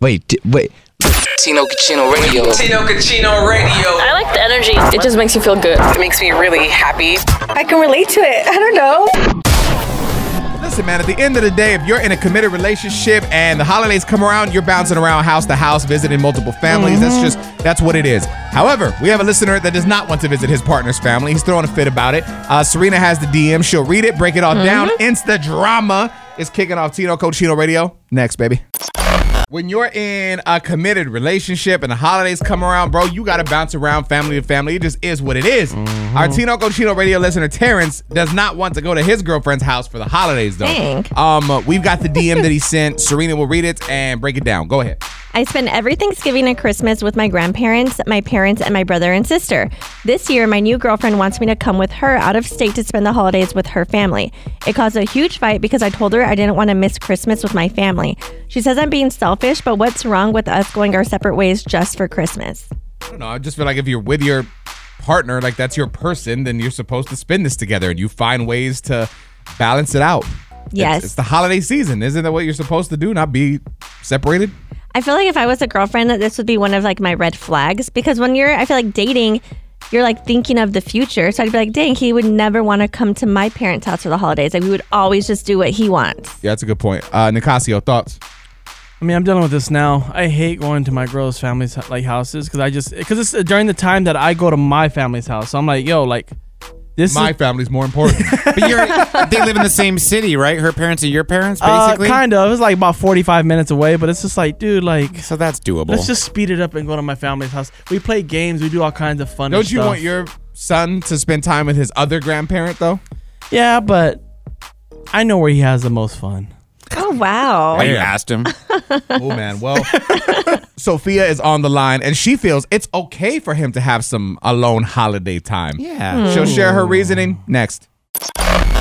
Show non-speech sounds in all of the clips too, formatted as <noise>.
Wait, d- wait. Tino Cucino Radio. Tino Cucino Radio. I like the energy. It just makes you feel good. It makes me really happy. I can relate to it. <laughs> I don't know. Listen, man, at the end of the day, if you're in a committed relationship and the holidays come around, you're bouncing around house to house, visiting multiple families. That's just, that's what it is. However, we have a listener that does not want to visit his partner's family. He's throwing a fit about it. Uh, Serena has the DM. She'll read it, break it all down. Insta drama is kicking off Tino Cochino Radio. Next, baby. When you're in a committed relationship and the holidays come around, bro, you gotta bounce around family to family. It just is what it is. Our Tino Cochino radio listener Terrence does not want to go to his girlfriend's house for the holidays, though. Dang. Um, uh, we've got the DM that he sent. Serena will read it and break it down. Go ahead. I spend every Thanksgiving and Christmas with my grandparents, my parents, and my brother and sister. This year, my new girlfriend wants me to come with her out of state to spend the holidays with her family. It caused a huge fight because I told her I didn't want to miss Christmas with my family. She says I'm being selfish, but what's wrong with us going our separate ways just for Christmas? I don't know. I just feel like if you're with your partner, like that's your person, then you're supposed to spend this together, and you find ways to balance it out. It's- Yes. it's, the holiday season, isn't that what you're supposed to do? Not be separated. I feel like if I was a girlfriend, that this would be one of like my red flags because when you're, I feel like dating, you're like thinking of the future. So I'd be like, dang, he would never want to come to my parents' house for the holidays. Like we would always just do what he wants. Yeah, that's a good point. Uh, Nicasio, thoughts? I mean, I'm dealing with this now. I hate going to my girl's family's like houses because I just because it's uh, during the time that I go to my family's house. So I'm like, yo, like <laughs> this My is family's <laughs> more important. But you're, they live in the same city, right? Her parents and your parents, uh, basically. kind of it's like about 45 minutes away, but it's just like, dude, like So that's doable. let's just speed it up and go to my family's house. We play games, we do all kinds of fun. Don't stuff. you want your son to spend time with his other grandparent though? Yeah, but I know where he has the most fun. Oh, wow. Why you Yeah. asked him. <laughs> Oh man, well, <laughs> Sophia is on the line and she feels it's okay for him to have some alone holiday time. Yeah. She'll share her reasoning next.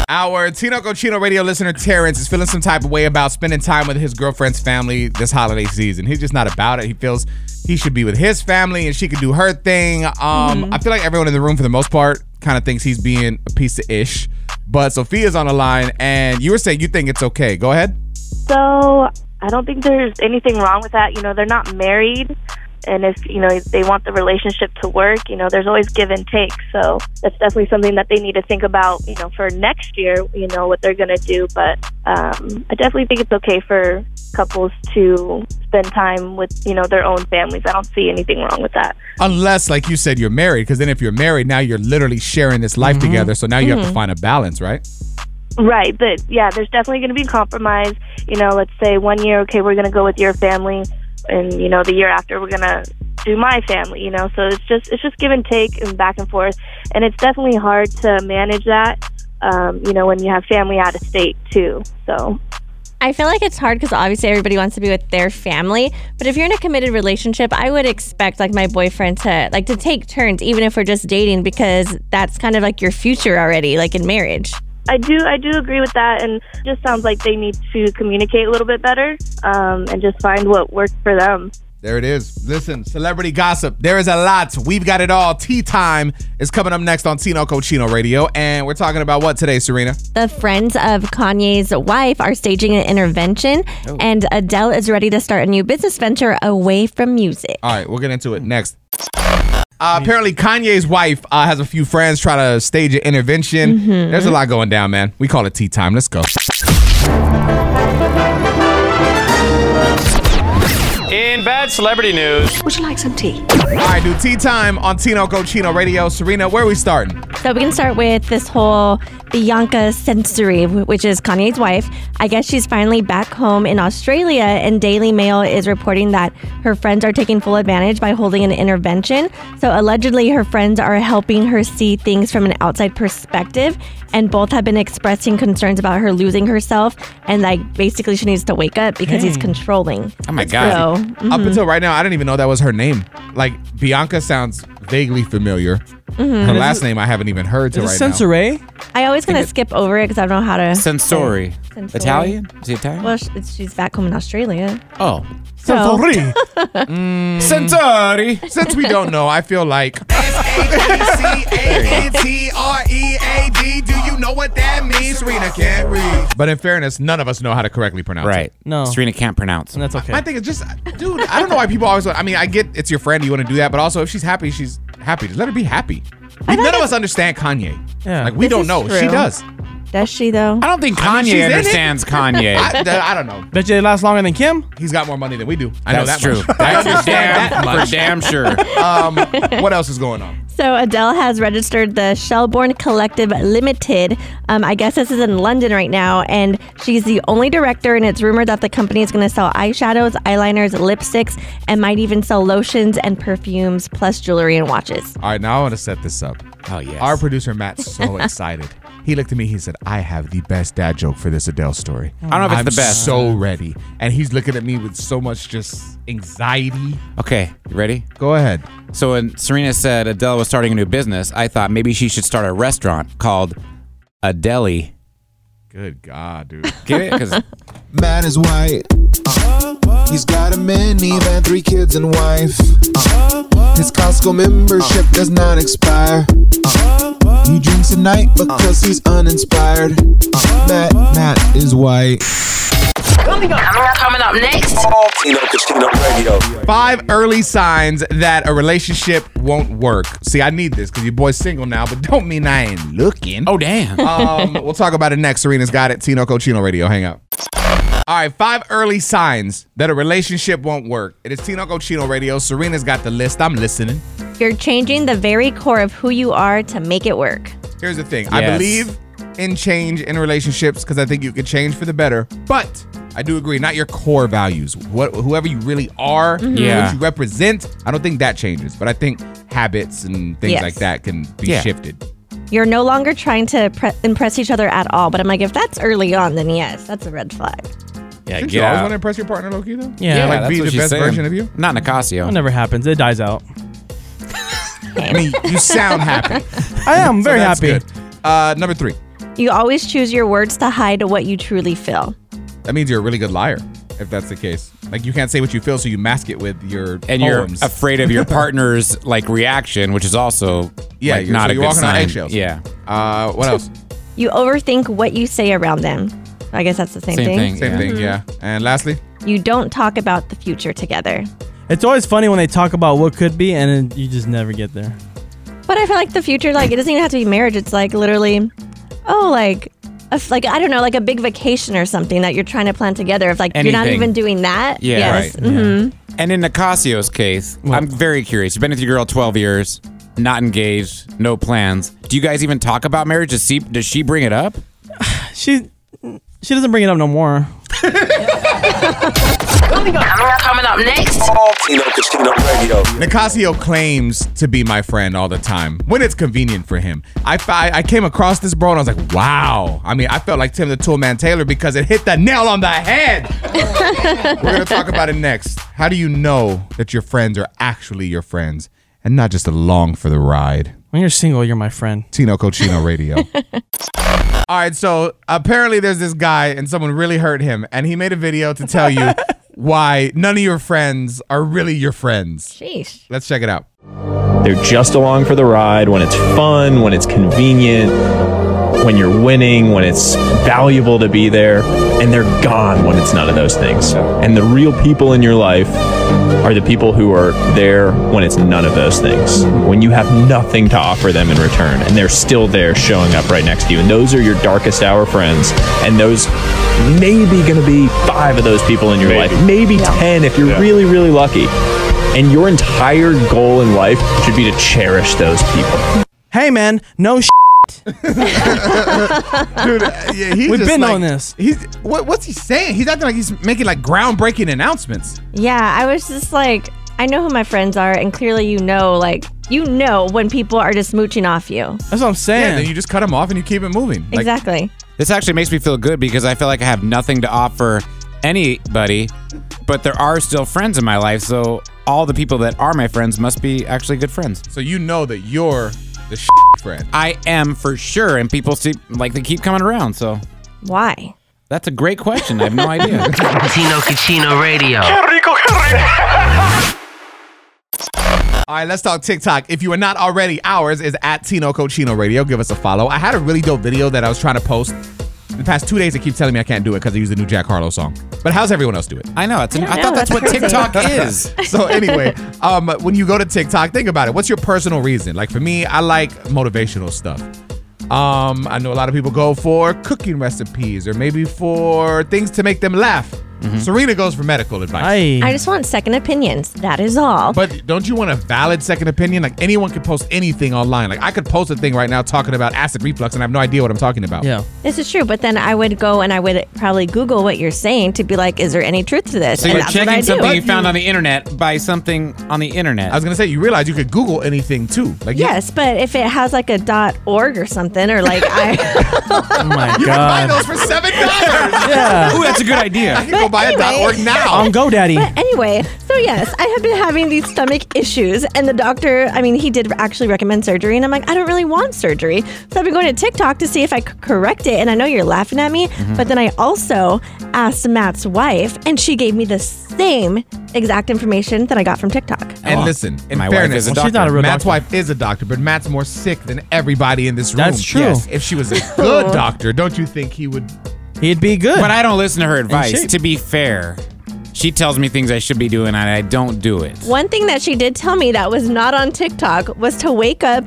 Our Tino Cochino radio listener Terrence is feeling some type of way about spending time with his girlfriend's family this holiday season. He's just not about it. He feels he should be with his family and she could do her thing. Um, I feel like everyone in the room, for the most part, kind of thinks he's being a piece of ish. But Sophia's on the line, and you were saying you think it's okay. Go ahead. So I don't think there's anything wrong with that. You know, they're not married. And if, you know, they want the relationship to work, you know, there's always give and take. So that's definitely something that they need to think about, you know, for next year, you know, what they're going to do. But um, I definitely think it's okay for couples to spend time with, you know, their own families. I don't see anything wrong with that. Unless, like you said, you're married, because then if you're married, now you're literally sharing this life together. So now you have to find a balance, right? Right, but yeah, there's definitely going to be compromise. You know, let's say one year, okay, we're going to go with your family, and you know, the year after, we're going to do my family. You know, so it's just it's just give and take and back and forth, and it's definitely hard to manage that. Um, you know, when you have family out of state too. So I feel like it's hard because obviously everybody wants to be with their family. But if you're in a committed relationship, I would expect like my boyfriend to like to take turns, even if we're just dating, because that's kind of like your future already, like in marriage. I do I do agree with that, and it just sounds like they need to communicate a little bit better, um, and just find what works for them. There it is. Listen, celebrity gossip. There is a lot. We've got it all. Tea time is coming up next on Tino Cochino Radio. And we're talking about what today, Serena? The friends of Kanye's wife are staging an intervention, Oh. and Adele is ready to start a new business venture away from music. All right, we'll get into it next. Uh, apparently, Kanye's wife uh, has a few friends try to stage an intervention. There's a lot going down, man. We call it tea time. Let's go. In bad celebrity news. Would you like some tea? All right, dude. Tea time on Tino Cochino Radio. Serena, where are we starting? So we can start with this whole Bianca Sensory, which is Kanye's wife. I guess she's finally back home in Australia, and Daily Mail is reporting that her friends are taking full advantage by holding an intervention. <laughs> So allegedly, her friends are helping her see things from an outside perspective, and both have been expressing concerns about her losing herself and like basically she needs to wake up because he's controlling. Oh my God. So Up Mm-hmm. until right now, I didn't even know that was her name. Like Bianca sounds vaguely familiar. Her last name I haven't even heard Mm-hmm. Is till it right now. Sensore? I always kind of skip over it because I don't know how to. Sensori. Sensori. Italian? Is he Italian? Well, sh- she's back home in Australia. oh. So <laughs> Sensori. Mm. Since we don't know, I feel <laughs> like S-H-E-C-A-N-T-R-E-A-D. E Do you know what that means? Serena can't read. But in fairness, none of us know how to correctly pronounce it. Right. No. Serena can't pronounce. and that's okay. My thing is just, dude, I don't know why people always. I mean, I get it's your friend, you want to do that, but also if she's happy, she's happy. Just let her be happy. None of us understand Kanye. Yeah. like we This don't is know. true. She does. does she though? I don't think I mean, she's Kanye in it. <laughs> understands Kanye. I, I don't know. Bet you they last longer than Kim? He's got more money than we do. I know That's that true. much. <laughs> I That's for damn, for damn understand sure. that. Um, what else is going on? So Adele has registered the Shelbourne Collective Limited. Um, I guess this is in London right now, and she's the only director. And it's rumored that the company is going to sell eyeshadows, eyeliners, lipsticks, and might even sell lotions and perfumes, plus jewelry and watches. All right, now I want to set this up. Oh, yes. Our producer Matt's <laughs> so excited. He looked at me. He said, "I have the best dad joke for this Adele story." I don't know if it's am the best. So ready, and he's looking at me with so much just anxiety. okay, you ready? Go ahead. So when Serena said Adele was starting a new business, I thought maybe she should start a restaurant called a deli. Good <laughs> God, dude. Get it? 'Cause Man is white. Uh, he's got a minivan, three kids and wife. Uh, his Costco membership does not expire. Uh, he drinks at night because he's uninspired. Uh, Matt, Matt is white. Coming up next. Tino Cucino Radio. Five early signs that a relationship won't work. See, I need this because your boy's single now, but don't mean I ain't looking. oh damn! <laughs> Um, we'll talk about it next. Serena's got it. Tino Cochino Radio. Hang up. All right, five early signs that a relationship won't work. It is Tino Cochino Radio. Serena's got the list. I'm listening. You're changing the very core of who you are to make it work. Here's the thing. I Yes. believe in change in relationships because I think you can change for the better. But I do agree, not your core values. What whoever you really are, Yeah. Ah. what you represent. I don't think that changes, but I think habits and things Yes. like that can be Yeah. shifted. You're no longer trying to pre- impress each other at all. But I'm like, if that's early on, then yes, that's a red flag. Yeah, Didn't get you always out. want to impress your partner, Loki? Though, Yeah. Yeah, like that's be what the she's best saying. version of you. Not Nicasio. That never happens. It dies out. I mean, you sound happy. I <laughs> am very That's happy. good. Uh, number three. You always choose your words to hide what you truly feel. That means you're a really good liar, if that's the case. Like you can't say what you feel, so you mask it with your and you're poems. afraid of your partner's like reaction, which is also Yeah, like, you're- not so a you're good walking on sign. eggshells. Yeah, uh, <laughs> what else? You overthink what you say around them. I guess that's the same, same thing. thing. Same yeah. thing, yeah. And lastly, You don't talk about the future together. It's always funny when they talk about what could be and then you just never get there. But I feel like the future, like it doesn't even have to be marriage. It's like literally, oh, like, a f like I don't know, like a big vacation or something that you're trying to plan together. If like you're not Anything. even doing that, Yeah, yes, right. And in Nicasio's case, I'm very curious. You've been with your girl 12 years, not engaged, no plans. Do you guys even talk about marriage? Does she does she bring it up? She she doesn't bring it up no more. Coming up next. Tino Cucino Radio. Nicasio claims to be my friend all the time when it's convenient for him. I, I, I came across this bro and I was like, wow. I mean, I felt like Tim the Toolman Taylor because it hit the nail on the head. We're going to talk about it next. How do you know that your friends are actually your friends and not just along for the ride? When you're single, you're my friend. Tino Cochino Radio. <laughs> All right, so apparently there's this guy and someone really hurt him, and he made a video to <laughs> tell you why none of your friends are really your friends. sheesh. Let's check it out. They're just along for the ride when it's fun, when it's convenient, when you're winning, when it's valuable to be there, and they're gone when it's none of those things. And the real people in your life are the people who are there when it's none of those things, when you have nothing to offer them in return, and they're still there showing up right next to you. And those are your darkest hour friends, and those maybe going to be five of those people in your life, maybe 10 if you're really, really lucky. And your entire goal in life should be to cherish those people. Hey, man, no shit. <laughs> Dude, uh, yeah, he's We've just been like- on this. He's what, what's he saying? He's acting like he's making like groundbreaking announcements. Yeah, I was just like, I know who my friends are, and clearly you know, like, you know when people are just mooching off you. That's what I'm saying. Yeah, then you just cut him off and you keep it moving. Like, exactly. This actually makes me feel good because I feel like I have nothing to offer anybody, but there are still friends in my life. So all the people that are my friends must be actually good friends. So you know that you're the sh- friend. I am for sure, and people see like they keep coming around. So Why? that's a great question. I have no idea. Tino Cucino Radio. All right, let's talk TikTok. If you are not already, ours is at Tino Cochino Radio. Give us a follow. I had a really dope video that I was trying to post. The past two days, it keeps telling me I can't do it because I use the new Jack Harlow song. But how's everyone else do it? I know. It's an, I, know, thought that's, <laughs> that's what crazy. TikTok is. <laughs> so anyway, um, when you go to TikTok, think about it. What's your personal reason? Like for me, I like motivational stuff. Um, I know a lot of people go for cooking recipes or maybe for things to make them laugh. Mm-hmm. Serena goes for medical advice. Aye. I just want second opinions. That is all. But don't you want a valid second opinion? Like anyone could post anything online. Like I could post a thing right now talking about acid reflux and I have no idea what I'm talking about. yeah. this is true, but then I would go and I would probably Google what you're saying to be like, is there any truth to this? So and you're that's what I checking do. something you found on the internet by something on the internet. I was gonna say you realize you could Google anything too. Like you- Yes, but if it has like a dot org or something, or like I, <laughs> Oh <laughs> my you, can buy god. those for seven dollars. <laughs> Yeah. Um, Ooh, that's a good <laughs> I idea. can go buy a dot org now. On GoDaddy. but anyway, so yes, I have been having these stomach issues, and the doctor, I mean, he did actually recommend surgery, and I'm like, I don't really want surgery, so I've been going to TikTok to see if I could correct it, and I know you're laughing at me, Mm-hmm. but then I also asked Matt's wife, and she gave me the same exact information that I got from TikTok. And Oh, listen, in my wife fairness, is a Well, she's doctor. not a real Matt's doctor. wife is a doctor, but Matt's more sick than everybody in this room. That's true. Yes. If she was <laughs> a good doctor, don't you think he would? He'd be good. But I don't listen to her advice. shape. To be fair, she tells me things I should be doing and I don't do it. One thing that she did tell me that was not on TikTok was to wake up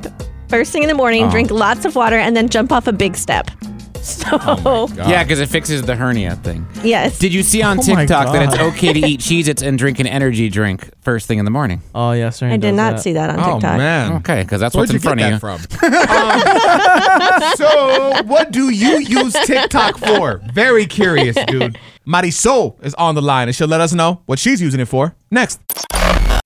first thing in the morning, Uh-huh. drink lots of water, and then jump off a big step. <laughs> So, Yeah, because it fixes the hernia thing. yes. Oh Did you see on Oh my TikTok that it's God. okay to eat <laughs> Cheez-Its and drink an energy drink first thing in the morning? oh yeah, Serena I did does not that. see that on Oh, Oh, TikTok. Okay, because that's Where'd what's you in front of you. get that from? <laughs> Um, so, what do you use TikTok for? Very curious, dude. Marisol is on the line, and she'll let us know what she's using it for next.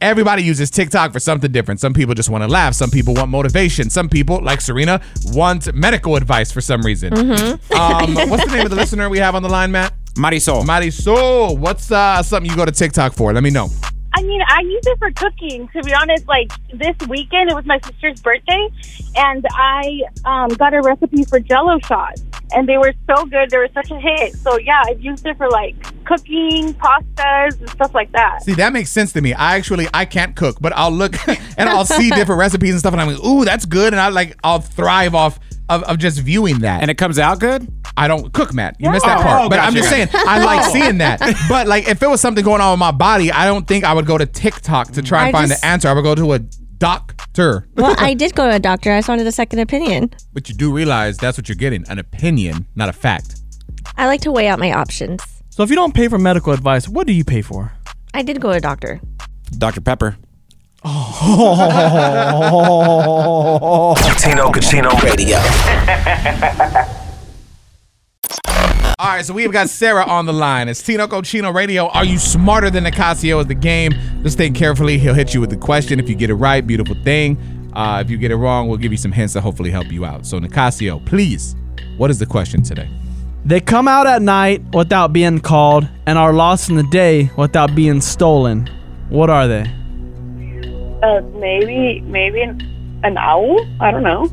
Everybody uses TikTok for something different. Some people just want to laugh. Some people want motivation. Some people, like Serena, want medical advice for some reason. Um, what's the name of the listener we have on the line, Matt? Marisol. Marisol, what's uh, something you go to TikTok for? Let me know. I mean, I use it for cooking. To be honest, like this weekend, it was my sister's birthday, and I um, got a recipe for Jello shots, and they were so good. They were such a hit. So yeah, I've used it for like cooking, pastas, and stuff like that. See, that makes sense to me. I actually I can't cook, but I'll look <laughs> and I'll see different recipes and stuff, and I'm like, ooh, that's good, and I like I'll thrive off of, of just viewing that. and And it comes out good? I don't cook, Matt. You missed that Oh, part. oh, but I'm gotcha, just saying I like seeing <laughs> that. But like, if it was something going on with my body, I don't think I would go to TikTok to try and I find just- the answer. I would go to a doctor. Well, I did go to a doctor. I just wanted a second opinion. But you do realize that's what you're getting an opinion, not a fact. I like to weigh out my options. So if you don't pay for medical advice, what do you pay for? I did go to a doctor. Dr. Pepper. Tino Casino Radio. All right, so we've got Sarah on the line. It's Tino Cochino Radio. Are you smarter than Nicasio is the game? Just think carefully. He'll hit you with the question. If you get it right, beautiful thing. Uh, if you get it wrong, we'll give you some hints that hopefully help you out. So, Nicasio, please, what is the question today? They come out at night without being called and are lost in the day without being stolen. What are they? Uh, maybe, maybe an, an owl. I don't know.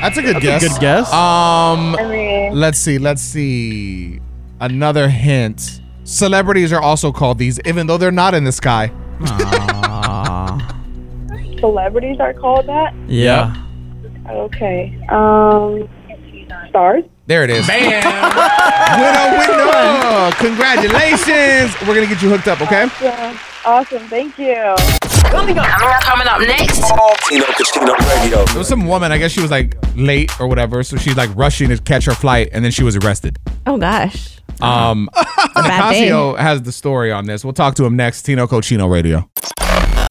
That's a good a guess. good guess. Um, I mean, let's see. Let's see. Another hint. Celebrities are also called these, even though they're not in the sky. <laughs> celebrities are called that. Yeah. Okay. Um, stars. There it is. Bam! <laughs> winner, winner! Congratulations! We're gonna get you hooked up, okay? Yeah. Awesome. Thank you. Coming up next. Tino Casino Radio. There was some woman, I guess she was like late or whatever, so she's like rushing to catch her flight, and then she was arrested. Oh gosh. Um, Nicasio has the story on this. We'll talk to him next. Tino Cochino Radio.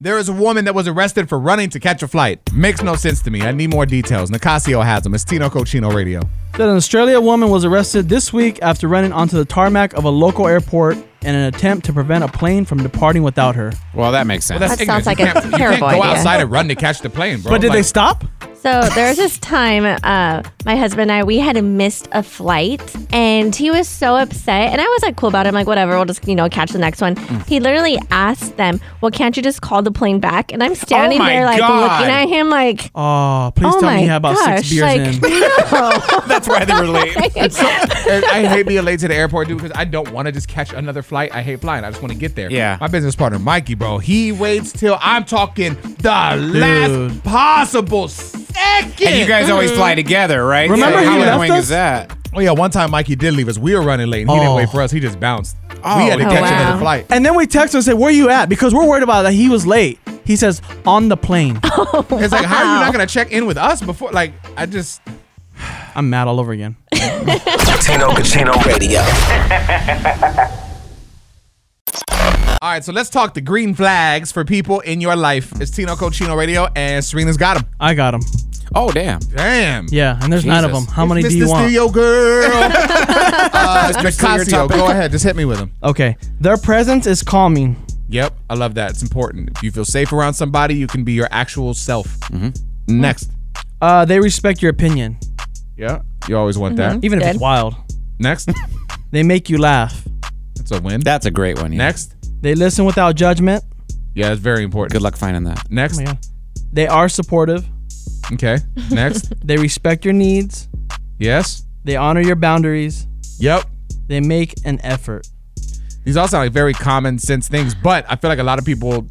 There is a woman that was arrested for running to catch a flight. Makes no sense to me. I need more details. Nicasio has them. It's Tino Cochino Radio. That an Australia woman was arrested this week after running onto the tarmac of a local airport in an attempt to prevent a plane from departing without her. Well, that makes sense. Well, that's That sounds like You can't- a terrible You can't go idea. outside and run to catch the plane, bro. But did they Like- stop? So there was this time uh, my husband and I we had missed a flight and he was so upset and I was like cool about it. I'm like whatever, we'll just you know catch the next one. Mm. He literally asked them, "Well, can't you just call the plane back?" And I'm standing Oh my there like God. looking at him like Oh, please Oh tell me my you had about gosh, six beers like- <laughs> in. That's why they were late. It's so- <laughs> and I hate being late to the airport, dude, because I don't want to just catch another flight. I hate flying. I just want to get there. Yeah. My business partner, Mikey, bro, he waits till I'm talking the last Dude. possible second. <laughs> And you guys always fly together, right? Remember so he how left annoying us? is that? Oh, yeah. One time, Mikey did leave us. We were running late, and he didn't Oh. wait for us. He just bounced. we had to Oh, catch wow. another flight. And then we text him and said, Where you at? Because we're worried about that he was late. He says, On the plane. It's like, how are you not going to check in with us before? Like, I just. I'm mad all over again. Tino Casino Radio. All right, so let's talk the green flags for people in your life. It's Tino Cochino Radio, and Serena's got them. I got him. Oh, damn. Damn. Yeah, and there's nine of them. Jesus. How many Miss do you the want? Steel <laughs> girl. uh, Mr. Steel, your Nicasio, topic. go ahead. Just hit me with them. Okay. Their presence is calming. Yep, I love that. It's important. If you feel safe around somebody, you can be your actual self. Next. Uh, they respect your opinion, Mm-hmm. Yeah, you always want that. <laughs> even if it's Good. wild. Next. <laughs> They make you laugh. That's a win. That's a great one. Yeah. Next. They listen without judgment. Yeah, that's very important. Good luck finding that. Next. They are supportive. okay. Next. They respect your needs. yes. They honor your boundaries. Yep. They make an effort. These all sound like very common sense things, but I feel like a lot of people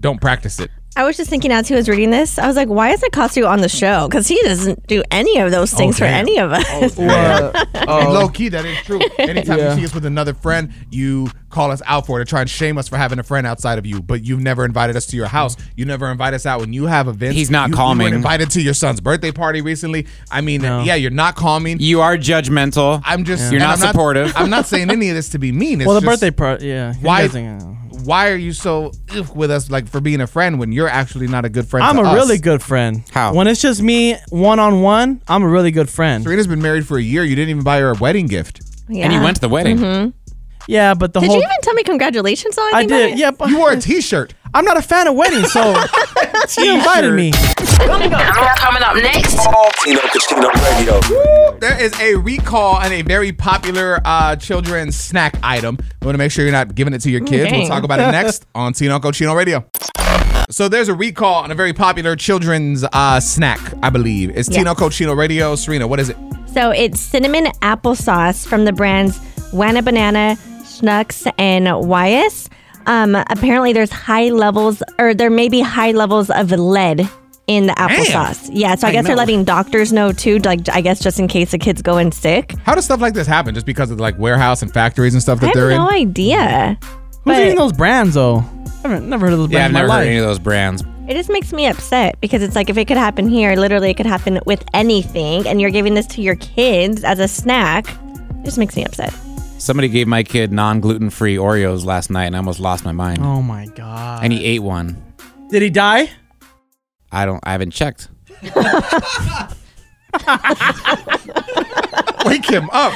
don't practice it. I was just thinking as he was reading this, I was like, why is Nakasu on the show? Because he doesn't do any of those things for damn. any Oh. of us. uh, And low key, that is <laughs> true. Anytime Yeah. you see us with another friend, you call us out for it to try and shame us for having a friend outside of you. But you've never invited us to your house. You never invite us out when you have events. He's not you, You calming. weren't invited to your son's birthday party recently. I mean, No. yeah, you're not calming. You are judgmental. I'm just. You're and not I'm supportive. I'm not saying any of this to be mean. It's well, the just, birthday part, yeah. you Why? guys ain't- Why are you so iff with us, like for being a friend when you're actually not a good friend? I'm to a us? really good friend. How? When it's just me one on one, I'm a really good friend. Serena's been married for a year. You didn't even buy her a wedding gift. yeah. and you went to the wedding. Mm-hmm. Yeah, but the Did whole you even tell me congratulations on I anything about did. it? Yeah, but You <laughs> wore a T-shirt. I'm not a fan of weddings, <laughs> so she invited me. Coming up next. Tino Casino Radio. There is a recall on a very popular uh, children's snack item. We want to make sure you're not giving it to your kids. We'll Mm, Dang. talk about <laughs> it next on Tino Cochino Radio. So there's a recall on a very popular children's uh, snack, I believe. It's Yeah. Tino Cochino Radio. Serena, what is it? So it's cinnamon applesauce from the brands Wana Banana, Schnucks, and Wyas. Um, apparently, there's high levels, or there may be high levels of lead in the applesauce. Yeah, so I, guess they're letting doctors know too. Like, I guess just in case the kids go in sick. How does stuff like this happen? Just because of like warehouse and factories and stuff I that have they're no in? idea. Who's But- eating those brands though? I've never heard of those brands Yeah, I've in never my heard life. of any of those brands. It just makes me upset because it's like if it could happen here, literally it could happen with anything, and you're giving this to your kids as a snack. It just makes me upset. Somebody gave my kid non-gluten free Oreos last night, and I almost lost my mind. oh my god! And he ate one. Did he die? I don't. I haven't checked. Wake him up.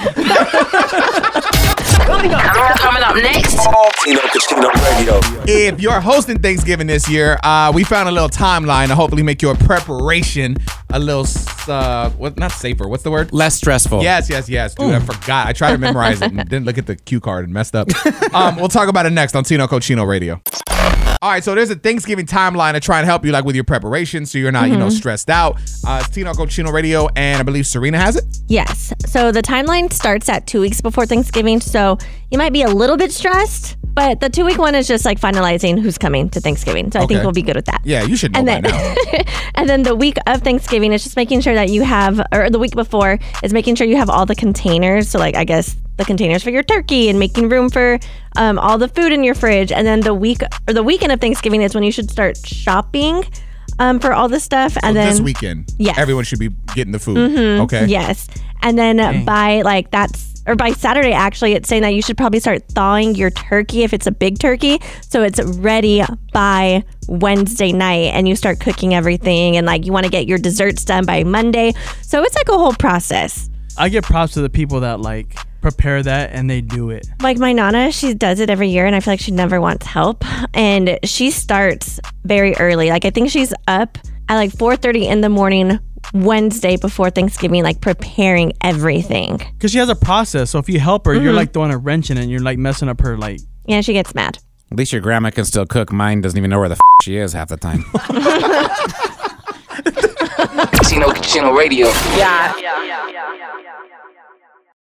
Coming up next. Tino Casino Radio. If you're hosting Thanksgiving this year, uh, we found a little timeline to hopefully make your preparation a little, uh, what, not safer. What's the word? Less stressful. Yes, yes, yes. Dude, I forgot. I tried to memorize it and <laughs> didn't look at the cue card and messed up. um, we'll talk about it next on Tino Cochino Radio. All right, so there's a Thanksgiving timeline to try and help you like with your preparation so you're not, you know, Mm-hmm. stressed out. Uh, it's Tino Cochino Radio, and I believe Serena has it. Yes. So the timeline starts at two weeks before Thanksgiving. So you might be a little bit stressed, but the two week one is just like finalizing who's coming to Thanksgiving. So I think Okay. we'll be good with that. Yeah, you should know And by then- now. <laughs> And then the week of Thanksgiving is just making sure that you have, or the week before is making sure you have all the containers. So, like, I guess the containers for your turkey and making room for um, all the food in your fridge. And then the week or the weekend of Thanksgiving is when you should start shopping um, for all the stuff. <laughs> And then Oh, this weekend, Yes. Mm-hmm. everyone should be getting the food. Okay. Yes. And then by like that's or by Saturday, actually, it's saying that you should probably start thawing your turkey if it's a big turkey. So it's ready by Wednesday night and you start cooking everything and like you want to get your desserts done by Monday. So it's like a whole process. I give props to the people that like prepare that and they do it. Like my nana, she does it every year, and I feel like she never wants help. And she starts very early. Like I think she's up at like 4:30 in the morning Wednesday before Thanksgiving, like preparing everything. Cause she has a process, so if you help her, you're Mhm. like throwing a wrench in it, and you're like messing up her like. Yeah, she gets mad. At least your grandma can still cook. Mine doesn't even know where the f- she is half the time. Casino Casino Radio. Yeah.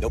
No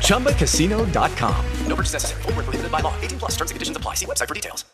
ChumbaCasino.com. No purchase necessary. Void where prohibited by law. 18 plus terms and conditions apply. See website for details.